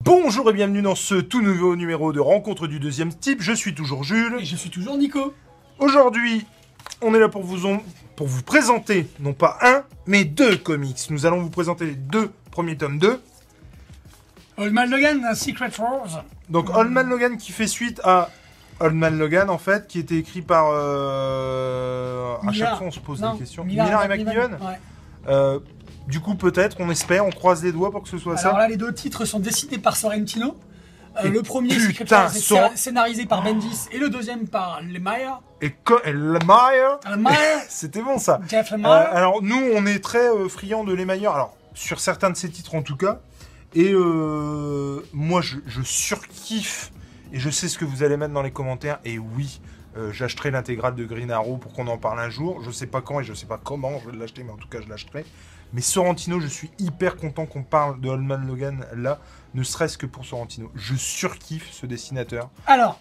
Bonjour et bienvenue dans ce tout nouveau numéro de Rencontre du deuxième type. Je suis toujours Jules. Et je suis toujours Nico. Aujourd'hui, on est là pour vous, en- pour vous présenter non pas un, mais deux comics. Nous allons vous présenter les deux premiers tomes 2. Old Man Logan, un Secret Wars. Donc Old Man Logan qui fait suite à Old Man Logan en fait, qui était écrit par... euh, À Millard. chaque fois on se pose Non, des questions. Millard et McNiven Ouais. Euh, Du coup peut-être, on espère, on croise les doigts pour que ce soit Alors ça. là, les deux titres sont décidés par Sorrentino. Euh, Et le premier, putain, Secret Wars, est Sor- scén- scénarisé par Bendis. Et le deuxième par Lemire. Et Co- et Lemire, Lemire c'était bon ça. Jeff Lemire. Euh, alors nous, on est très friand friands de l'émailleur, alors sur certains de ses titres en tout cas. Et euh, moi, je, je surkiffe, et je sais ce que vous allez mettre dans les commentaires, et oui, euh, j'achèterai l'intégrale de Green Arrow pour qu'on en parle un jour. Je sais pas quand et je sais pas comment je vais l'acheter, mais en tout cas, je l'achèterai. Mais Sorrentino, je suis hyper content qu'on parle de Holman Logan là, ne serait-ce que pour Sorrentino. Je surkiffe ce dessinateur. Alors,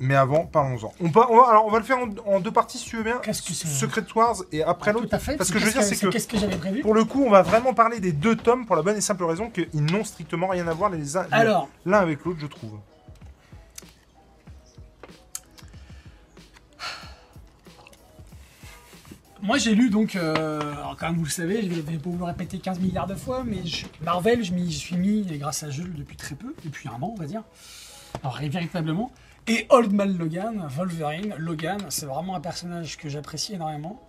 Mais avant, parlons-en. On, pa- on va, alors, on va le faire en, en deux parties si tu veux bien. Qu'est-ce que c'est hein Secret Wars et après l'autre. tout à fait. Parce que je veux dire, qu'est-ce c'est que Qu'est-ce que j'avais prévu pour le coup, on va vraiment parler des deux tomes pour la bonne et simple raison qu'ils n'ont strictement rien à voir les uns Alors, l'un avec l'autre, je trouve. moi j'ai lu donc, euh, alors comme vous le savez, je vais, vais pas vous le répéter 15 milliards de fois, mais je- Marvel, je m'y je suis mis et grâce à Jules depuis très peu, depuis un an on va dire, alors et véritablement. Et Old Man Logan, Wolverine, Logan, c'est vraiment un personnage que j'apprécie énormément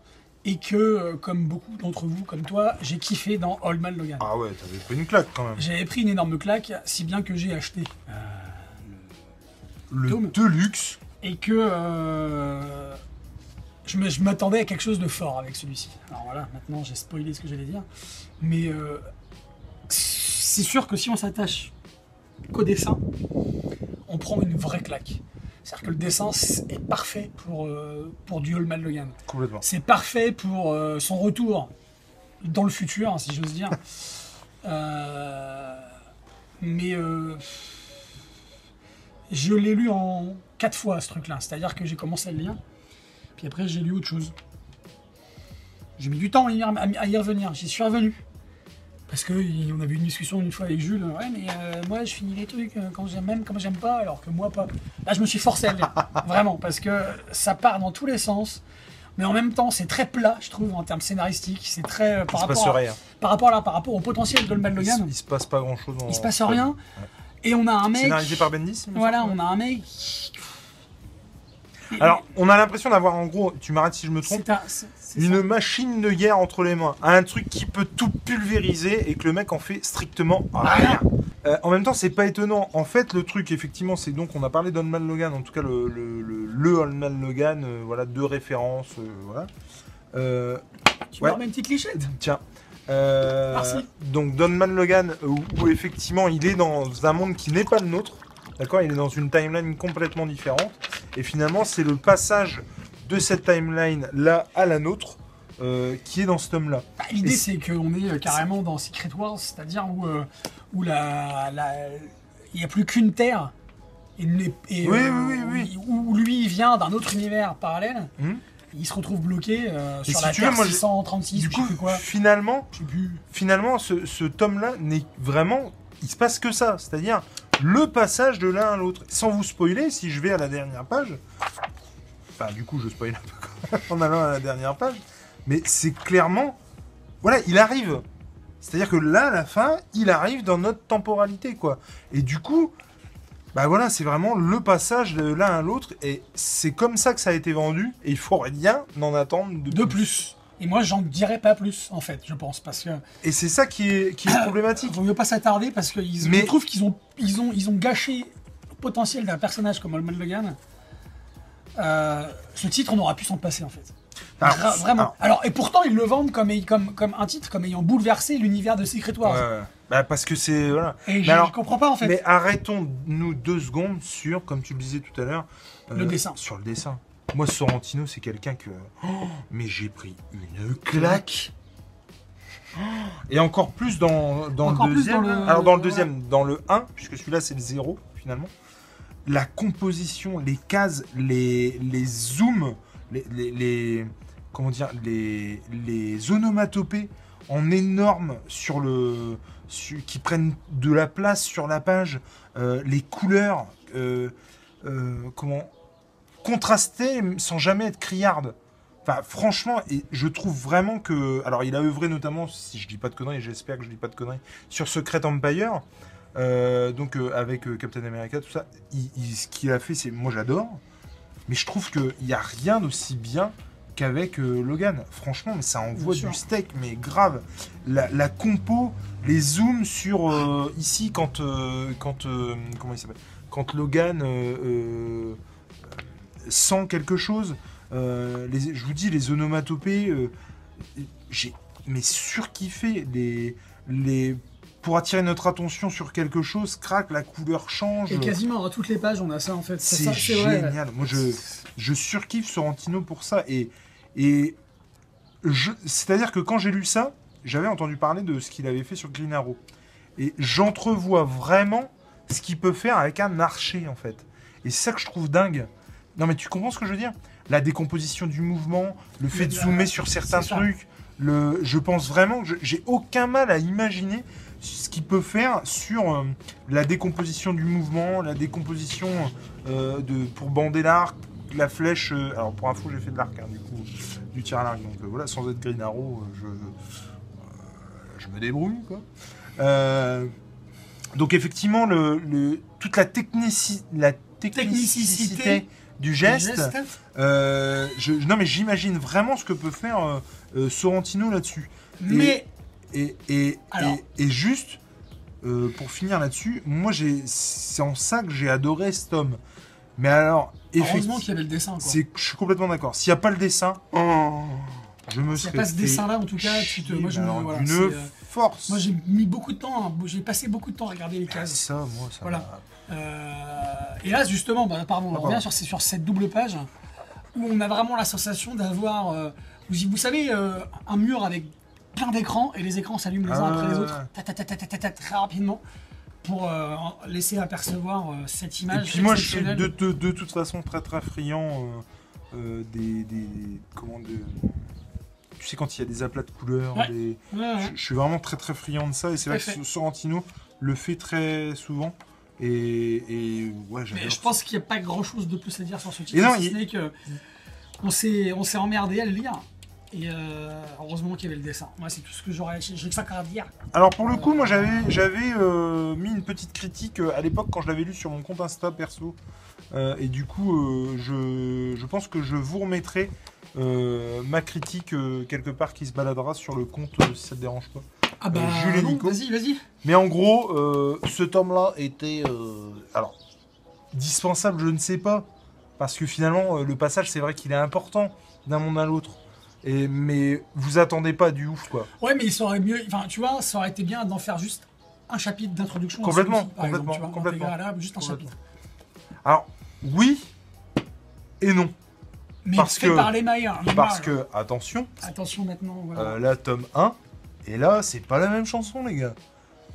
et que, euh, comme beaucoup d'entre vous, comme toi, j'ai kiffé dans Old Man Logan. Ah ouais, t'avais pris une claque quand même. J'avais pris une énorme claque, si bien que j'ai acheté Le Tome. Deluxe. et que euh, je me- je m'attendais à quelque chose de fort avec celui-ci. Alors voilà, maintenant j'ai spoilé ce que j'allais dire, mais euh, c'est sûr que si on s'attache qu'au dessin, on prend une vraie claque. C'est-à-dire que le dessin c'est- est parfait pour, euh, pour du Holman Logan. Complètement. C'est parfait pour euh, son retour dans le futur, hein, si j'ose dire. Euh, mais euh, je l'ai lu en quatre fois ce truc-là. C'est-à-dire que j'ai commencé à le lire, puis après j'ai lu autre chose. J'ai mis du temps à y, à y revenir. J'y suis revenu. Parce que il- on avait une discussion une fois avec Jules. Ouais, mais euh, moi je finis les trucs euh, quand j'aime, même quand j'aime pas, alors que moi pas. Là, je me suis forcé à le lire. Vraiment, parce que ça part dans tous les sens. Mais en même temps, c'est très plat, je trouve, en termes scénaristiques. C'est très euh, par Il se passe rapport, à- rien. par rapport là, par rapport au potentiel de Goldman Il se, Logan. il se passe pas grand chose. Il se passe rien. Et on a un mec. Scénarisé par Ben Bendis il me Voilà, semble. on a un mec. Alors, on a l'impression d'avoir en gros, tu m'arrêtes si je me trompe, c'est un. c'est- c'est une ça. machine de guerre entre les mains. Un truc qui peut tout pulvériser et que le mec en fait strictement Ah. rien. Euh, en même temps, c'est pas étonnant. En fait, le truc, effectivement, c'est donc, on a parlé d'Holman Logan, en tout cas le, le, le, le Holman Logan, euh, voilà, deux références, euh, voilà. Euh, Tu ouais. vois, une petite clichette. Tiens. Euh, Merci. donc Don Man Logan, euh, où, où effectivement il est dans un monde qui n'est pas le nôtre, d'accord Il est dans une timeline complètement différente. Et finalement, c'est le passage de cette timeline là à la nôtre euh, qui est dans ce tome là. Bah, L'idée, Et- c'est qu'on est euh, carrément dans Secret Wars, c'est-à-dire où, euh, où la, la- il n'y a plus qu'une Terre. Et, n- et, euh, Oui, oui, oui, oui. Où, où lui vient d'un autre univers parallèle. Hmm. Il se retrouve bloqué euh, sur si la tu Terre veux, moi, je- 636 Du ou je coup, sais plus quoi. finalement, Je sais plus. finalement, ce, tome là n'est vraiment, il se passe que ça, c'est-à-dire le passage de l'un à l'autre. Sans vous spoiler, si je vais à la dernière page, enfin du coup je spoil un peu quand même en allant à la dernière page, mais c'est clairement, voilà, il arrive. C'est-à-dire que là, à la fin, il arrive dans notre temporalité, quoi. Et du coup, bah voilà, c'est vraiment le passage de l'un à l'autre, et c'est comme ça que ça a été vendu, et il faut rien en attendre de De plus. Et moi, j'en dirais pas plus, en fait, je pense, parce que Et c'est ça qui est, qui est problématique. Vaut mieux pas s'attarder parce que ils, Mais- je trouve qu'ils ont, ils ont, ils ont gâché le potentiel d'un personnage comme Holman Logan. Euh, ce titre, on aura pu s'en passer en fait. Alors, Vra- vraiment. alors- Alors, et pourtant, ils le vendent comme, comme, comme un titre comme ayant bouleversé l'univers de Secret Wars. Ouais, ouais. Bah, parce que c'est voilà. Et je, alors- je comprends pas en fait. Mais arrêtons-nous deux secondes sur, comme tu le disais tout à l'heure, euh, Le dessin. Sur le dessin. Moi, Sorrentino, c'est quelqu'un que. Oh, mais j'ai pris une claque. Oh, Et encore plus dans, dans Encore le plus deuxième. dans le- Alors dans le voilà. deuxième, dans le 1, puisque celui-là c'est le 0 finalement. La composition, les cases, les, les zooms, les, les- les- comment dire, les, les onomatopées. en énorme sur le, su- qui prennent de la place sur la page, euh, les couleurs, euh, euh, comment contrastées sans jamais être criardes. Enfin, franchement, et je trouve vraiment que. Alors, il a œuvré notamment, si je dis pas de conneries, j'espère que je dis pas de conneries, sur Secret Empire. euh, donc, euh, avec euh, Captain America, tout ça. Il- il- ce qu'il a fait, c'est. Moi, j'adore. Mais je trouve qu'il n'y a rien d'aussi bien qu'avec euh, Logan. Franchement, mais ça envoie Bien sûr. du steak, mais grave. La, la compo, les zooms sur. euh, ici, quand. euh, quand euh, comment il s'appelle Quand Logan. euh, euh, sent quelque chose. Euh, les- je vous dis, les onomatopées, euh, j'ai mais surkiffé les, les pour attirer notre attention sur quelque chose, craque, la couleur change. Et quasiment à toutes les pages, on a ça en fait. Ça, C'est ça, c'est vrai. génial. Moi, je, je surkiffe Sorrentino pour ça. Et, et je- c'est-à-dire que quand j'ai lu ça, j'avais entendu parler de ce qu'il avait fait sur Green Arrow. Et j'entrevois vraiment ce qu'il peut faire avec un archer, en fait. Et c'est ça que je trouve dingue. Non, mais tu comprends ce que je veux dire La décomposition du mouvement, le fait Mais de là, zoomer sur certains c'est ça. trucs. Le, je pense vraiment que je- j'ai aucun mal à imaginer ce qu'il peut faire sur euh, la décomposition du mouvement, la décomposition euh, de, pour bander l'arc, la flèche. euh, alors pour info, j'ai fait de l'arc, hein, du coup, du tir à l'arc. Donc euh, voilà, sans être Green Arrow, euh, je, euh, je me débrouille quoi. Euh, donc effectivement, le, le- toute la, technici- la technicité, Technicité. du geste, euh, je, non mais j'imagine vraiment ce que peut faire euh, euh, Sorrentino là-dessus. Mais Et, et, Alors. et, et juste, euh, pour finir là-dessus, moi, j'ai, c'est en ça que j'ai adoré ce tome. Mais alors, heureusement effectivement, qu'il y avait le dessin. Quoi. c'est, je suis complètement d'accord. S'il n'y a pas le dessin, oh, je me S'il n'y serais a pas ce fait dessin-là, en tout cas, tu chier, te... moi, je mais me- alors, voilà, d'une c'est, euh, force. moi, j'ai mis beaucoup de temps, hein, j'ai passé beaucoup de temps à regarder les Ah, cases. ça, moi, ça Voilà. m'a- Euh, et là, justement, bah, pardon, on Ah, revient sur, ces- sur cette double page où on a vraiment la sensation d'avoir, euh, vous, vous savez, euh, un mur avec plein d'écrans et les écrans s'allument les uns Ah, après les ouais, autres ta, ta, ta, ta, ta, ta, ta, très rapidement pour euh, laisser apercevoir euh, cette Et image. puis moi, je suis de, exceptionnelle. de- de toute façon très très friand euh, euh, des, des comment de- tu sais quand il y a des aplats de couleurs, Ouais. des, Ouais, ouais. Je, je suis vraiment très très friand de ça et c'est Tout à vrai fait. que Sorrentino le fait très souvent et, et ouais j'adore. Mais je pense qu'il n'y a pas grand chose de plus à dire sur ce titre. Et non, si il- ce n'est que on s'est, on s'est emmerdé à le lire. Et euh, heureusement qu'il y avait le dessin. Moi, c'est tout ce que j'aurais. J'ai j'ai que ça à dire. Alors pour le coup moi j'avais j'avais euh, mis une petite critique euh, à l'époque quand je l'avais lu sur mon compte Insta perso Euh, et du coup euh, je, je pense que je vous remettrai euh, ma critique euh, quelque part qui se baladera sur le compte euh, si ça te dérange pas. Ah bah, Jules et non, Nico. Vas-y, vas-y. Mais en gros, euh, ce tome-là était. euh, alors, dispensable, je ne sais pas. Parce que finalement, euh, le passage, c'est vrai qu'il est important d'un monde à l'autre. Et, mais vous attendez pas du ouf, quoi. Ouais, mais il serait mieux. Enfin, tu vois, ça aurait été bien d'en faire juste un chapitre d'introduction. à Complètement, celui-ci, par exemple, complètement, tu vois, complètement. intégré à la- juste un Complètement. chapitre. Alors, oui et non. Mais Parce fait que- par les Mayas. hein, Parce normal. que, attention, Attention maintenant. Voilà. euh, là, tome 1, et là, c'est pas la même chanson, les gars.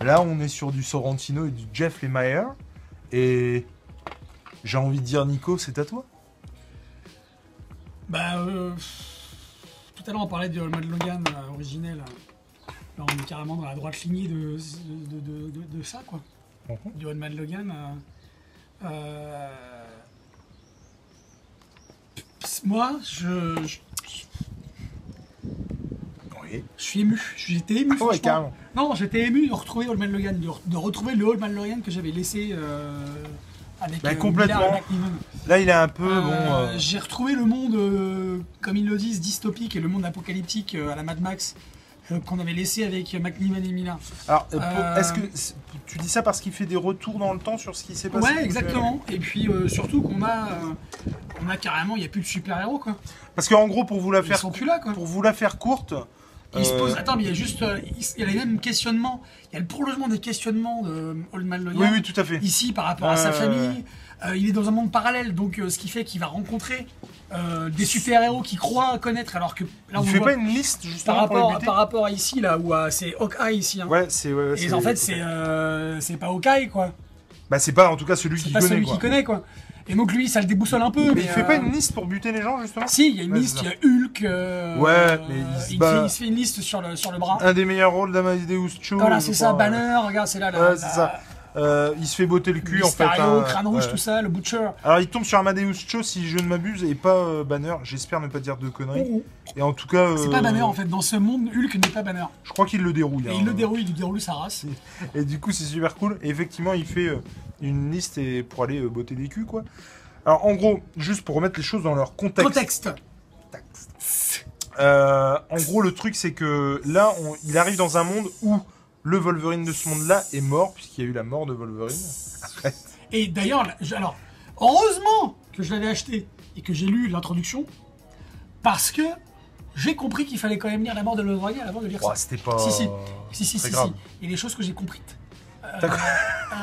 Là, on est sur du Sorrentino et du Jeff Lemire. Et j'ai envie de dire, Nico, c'est à toi. Bah, euh, tout à l'heure, on parlait du mode Logan euh, originel. Là, on est carrément dans la droite lignée de, de, de- de- de ça, quoi. Mhm. Du One Man Logan. euh, euh, moi, je, je, Oui. je suis ému. J'étais ému, Ah Ouais, franchement. carrément. Non, j'étais ému de retrouver Old Man Logan, de, re- de retrouver le Old Man Logan que j'avais laissé euh, avec Bah, euh, complètement. Miller et McNiven. Là, il est un peu, bon... Euh, euh, J'ai retrouvé le monde, euh, comme ils le disent, dystopique et le monde apocalyptique euh, à la Mad Max euh, qu'on avait laissé avec McNiven et Mila. Alors, euh, pour- Euh, est-ce que c'est- tu dis ça parce qu'il fait des retours dans le temps sur ce qui s'est passé Ouais, exactement. Et puis euh, surtout qu'on a, euh, on a carrément, il n'y a plus de super-héros quoi. Parce qu'en gros, pour vous la Ils faire, sont plus là quoi. pour vous la faire courte, Ils se euh, posent. Attends, mais il y a juste, euh, il s- il y a les mêmes questionnements. Il y a le prolongement des questionnements de euh, Old Man Logan. Oui, oui, tout à fait. ici par rapport à sa Euh, famille. Euh, il est dans un monde parallèle, donc euh, ce qui fait qu'il va rencontrer euh, des super-héros qu'il croit connaître, alors que là on il le fait voit pas une liste par justement pour les rapport, buter par rapport à ici là où à- c'est Hawkeye ici. hein. Ouais, c'est. ouais, Et en fait c'est euh, c'est pas Hawkeye quoi, Bah, c'est pas en tout cas celui c'est qui pas connaît. celui quoi. qui connaît quoi. Et donc lui, ça le déboussole un peu. Mais, Mais, il euh, Ah, fait pas une liste pour buter les gens, justement Si, il y a une Ouais, liste, c'est il y ça. a Hulk. euh, Ouais, mais il se il, bat. fait, il se fait une liste sur le, sur le bras. Un des meilleurs rôles d'Amadeus Cho. voilà, je c'est ça, crois. Banner, regarde, c'est là. La, Ouais, c'est la- ça. Euh, il se fait botter le cul, en fait. Mysterio, hein. crâne rouge, Ouais. tout ça, le Butcher. Alors il tombe sur Amadeus Cho, si je ne m'abuse, et pas euh, Banner. J'espère ne pas dire de conneries. Ouh, ouh. Et en tout cas, Oh. C'est euh, pas Banner en fait, dans ce monde, Hulk n'est pas Banner. je crois qu'il le dérouille. Et hein. il le déroule, il déroule sa race. Et du coup, c'est super cool. Et effectivement, il fait euh, une liste et pour aller euh, botter des culs, quoi. Alors, en gros, juste pour remettre les choses dans leur contexte. Contexte. Euh, en gros, le truc, c'est que là, on- il arrive dans un monde où le Wolverine de ce monde-là est mort, puisqu'il y a eu la mort de Wolverine. Et d'ailleurs, là, je- alors, heureusement que je l'avais acheté et que j'ai lu l'introduction, parce que j'ai compris qu'il fallait quand même lire la mort de Wolverine avant de lire Oh, ça. C'était pas. Si, si. Si, si, très si, grave. si. Et les choses que j'ai comprites. Euh, D'accord. euh,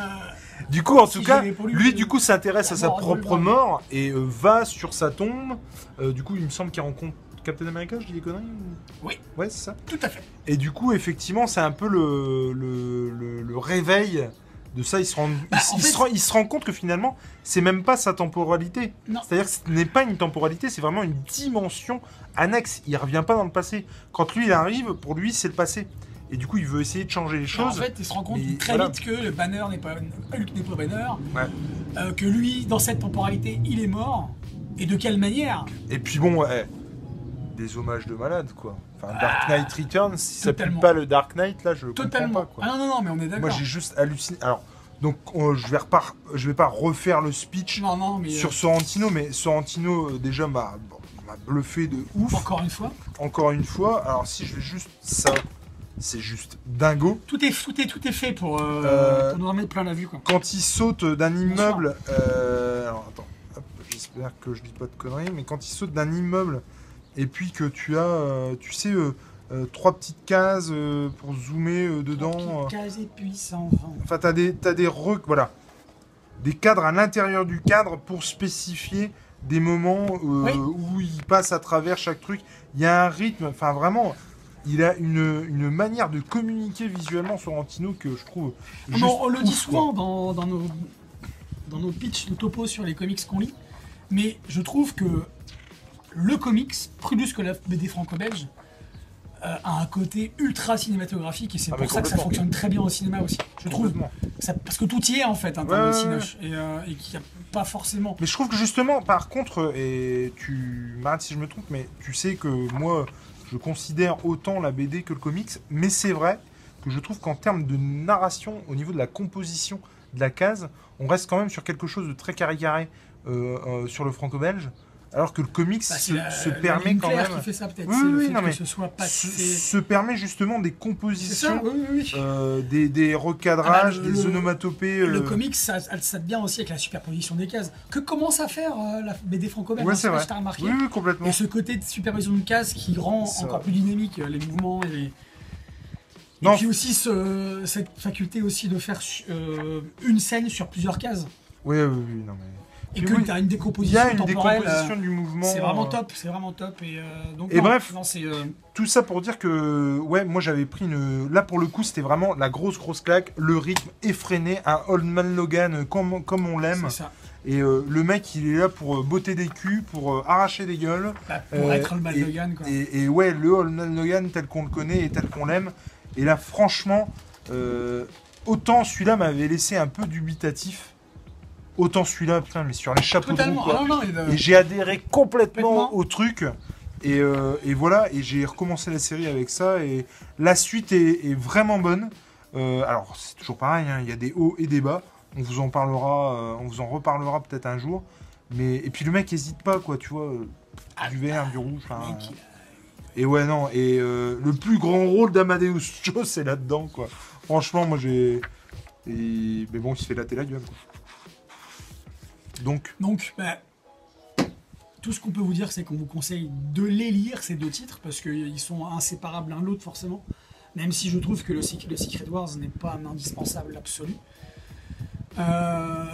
Du coup, en tout Si cas, j'avais pas lu lui, le- du coup, s'intéresse la à sa mort de propre Wolverine. mort et euh, va sur sa tombe. Euh, du coup, il me semble qu'il rencontre Captain America, je dis des conneries ou- Oui. Ouais, c'est ça. tout à fait. Et du coup, effectivement, c'est un peu le, le, le- le réveil de ça. Il se rend, il, Bah, en il fait- se rend, il se rend compte que finalement, c'est même pas sa temporalité. Non. C'est-à-dire que ce n'est pas une temporalité, c'est vraiment une dimension annexe. Il revient pas dans le passé. Quand lui, il arrive, pour lui, c'est le passé. Et du coup, il veut essayer de changer les Alors, choses. En fait, il se rend compte Mais très voilà. vite que le banner n'est pas Hulk n'est pas banner, Ouais. euh, que lui, dans cette temporalité, il est mort. Et de quelle manière Et puis bon, eh, des hommages de malade, quoi. Enfin, Dark Knight Returns, si ça pue Ah. totalement. pas le Dark Knight, là, je Totalement. comprends pas, quoi. Ah non, non, non, mais on Moi, est d'accord. j'ai juste halluciné. Alors, donc, on- je vais repart... je vais pas refaire le speech Non, non, mais euh, sur Sorrentino, mais Sorrentino, euh, déjà, m'a bon, m'a bluffé de ouf, encore. euh, encore une fois, une fois. Alors, si je vais juste... Ça, c'est juste dingo. tout est, tout est, tout est fait pour, euh, Euh, pour nous en mettre plein la vue. Quoi. Quand il saute d'un Bonsoir. immeuble... euh, Alors, attends. Hop, J'espère que je dis pas de conneries, mais quand il saute d'un immeuble, et puis que tu as, euh, tu sais, euh, euh, trois petites cases euh, pour zoomer euh, dedans... euh, Casé puissant vent. Enfin, t'as des, t'as des rec- voilà, des cadres à l'intérieur du cadre pour spécifier des moments euh, Oui. où il passe à travers chaque truc. Il y a un rythme, enfin vraiment, il a une, une manière de communiquer visuellement sur Antino que je trouve. Non, juste on le ouf, dit quoi. souvent dans, dans nos, dans nos pitchs, nos topos sur les comics qu'on lit, mais je trouve que le comics, plus que la BD franco-belge, euh, a un côté ultra cinématographique et c'est Ah, mais pour ça que ça complètement. fonctionne très bien au cinéma aussi. Je trouve Complètement. ça- parce que tout y est en fait, hein, un Ouais, terme de ouais, cinoche, et, euh, et qu'il n'y a pas forcément. Mais je trouve que justement, par contre, et tu m'arrêtes si je me trompe, mais tu sais que moi, je considère autant la BD que le comics, mais c'est vrai que je trouve qu'en termes de narration, au niveau de la composition de la case, on reste quand même sur quelque chose de très carré-carré euh, euh, sur le franco-belge, alors que le comics Bah, se, c'est la- se la permet ligne quand claire même... qui fait ça peut-être. Oui, c'est le oui, fait non, que mais ce soit pas. se, c'est- se permet justement des C'est ça, compositions, oui, oui, oui. euh, des, des recadrages, Ah bah, le- des le- onomatopées... Le euh, comics, ça, ça devient aussi avec la superposition des cases. Que commence à faire euh, la BD franco-belge Ouais, hein, c'est je sais pas vrai. si t'as remarqué. Oui, oui, complètement. Et ce côté de supervision de cases qui rend Ça. encore plus dynamique euh, les mouvements et les... Et Non. puis aussi ce- cette faculté aussi de faire euh, une scène sur plusieurs cases. Oui, oui, oui, non, mais... Et Puis que oui, tu as une Il décomposition y a une temporelle. euh, décomposition du mouvement. C'est vraiment euh, top, c'est vraiment top. Et, euh, donc, Et non, bref. non, c'est, euh, Tout ça pour dire que, ouais, moi j'avais pris une. Là pour le coup, c'était vraiment la grosse, grosse claque, le rythme effréné, un Old Man Logan euh, comme, comme on l'aime. c'est ça. Et euh, le mec, il est là pour euh, botter des culs, pour euh, arracher des gueules. Bah, pour Euh, être le Mad et- Logan, quoi. Et, et ouais, le Old Man Logan tel qu'on le connaît et tel qu'on l'aime. Et là, franchement, euh, autant celui-là m'avait laissé un peu dubitatif, autant celui-là, putain, mais sur les chapeaux de roue, Totalement. quoi. Ah, non, non, et, euh, Et j'ai adhéré complètement, Complètement. au truc. Et, euh, et voilà, et j'ai recommencé la série avec ça. Et la suite est, est vraiment bonne. Euh, alors, c'est toujours pareil, hein, il y a des hauts et des bas. On vous en parlera, euh, on vous en reparlera peut-être un jour. Mais, et puis le mec hésite pas, quoi, tu vois. euh, Du vert, du rouge. enfin, mec, euh, Et ouais, non. Et euh, le plus grand rôle d'Amadeus Cho, c'est là-dedans, quoi. Franchement, moi j'ai. et- Mais bon, il se fait latter la gueule, quoi. Donc, Donc, bah, tout ce qu'on peut vous dire, c'est qu'on vous conseille de les lire, ces deux titres, parce qu'ils sont inséparables l'un de l'autre, forcément. Même si je trouve que le, Sec- le Secret Wars n'est pas un indispensable absolu. Euh,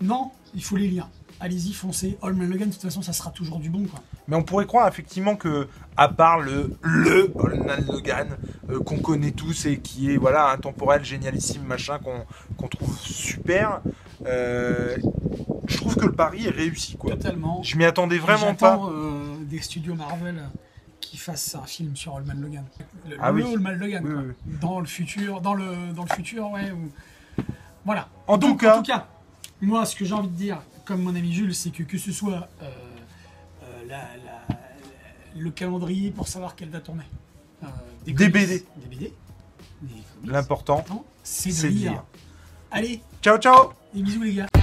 non, il faut les lire. Allez-y, foncez. Holman Logan, de toute façon, ça sera toujours du bon, quoi. Mais on pourrait croire effectivement que, à part le le Old Man Logan euh, qu'on connaît tous et qui est voilà intemporel, génialissime, machin qu'on qu'on trouve super, euh, je trouve que le pari est réussi, quoi. Totalement. Je m'y attendais vraiment pas. J'attends, euh, des studios Marvel euh, qui fassent un film sur Holman Logan. Le, Ah le oui. Holman Logan, Oui, quoi. oui, Dans le futur, dans le, dans le futur, ouais. ou- Voilà. En tout Donc, cas- en tout cas, moi, ce que j'ai envie de dire, comme mon ami Jules, c'est que que ce soit euh, euh, la- la- le calendrier pour savoir quelle va tourner. euh, Des comics, BD. Des BD. des comics, L'important, non, c'est c'est de de lire. lire. Allez, Ciao, ciao et bisous les gars.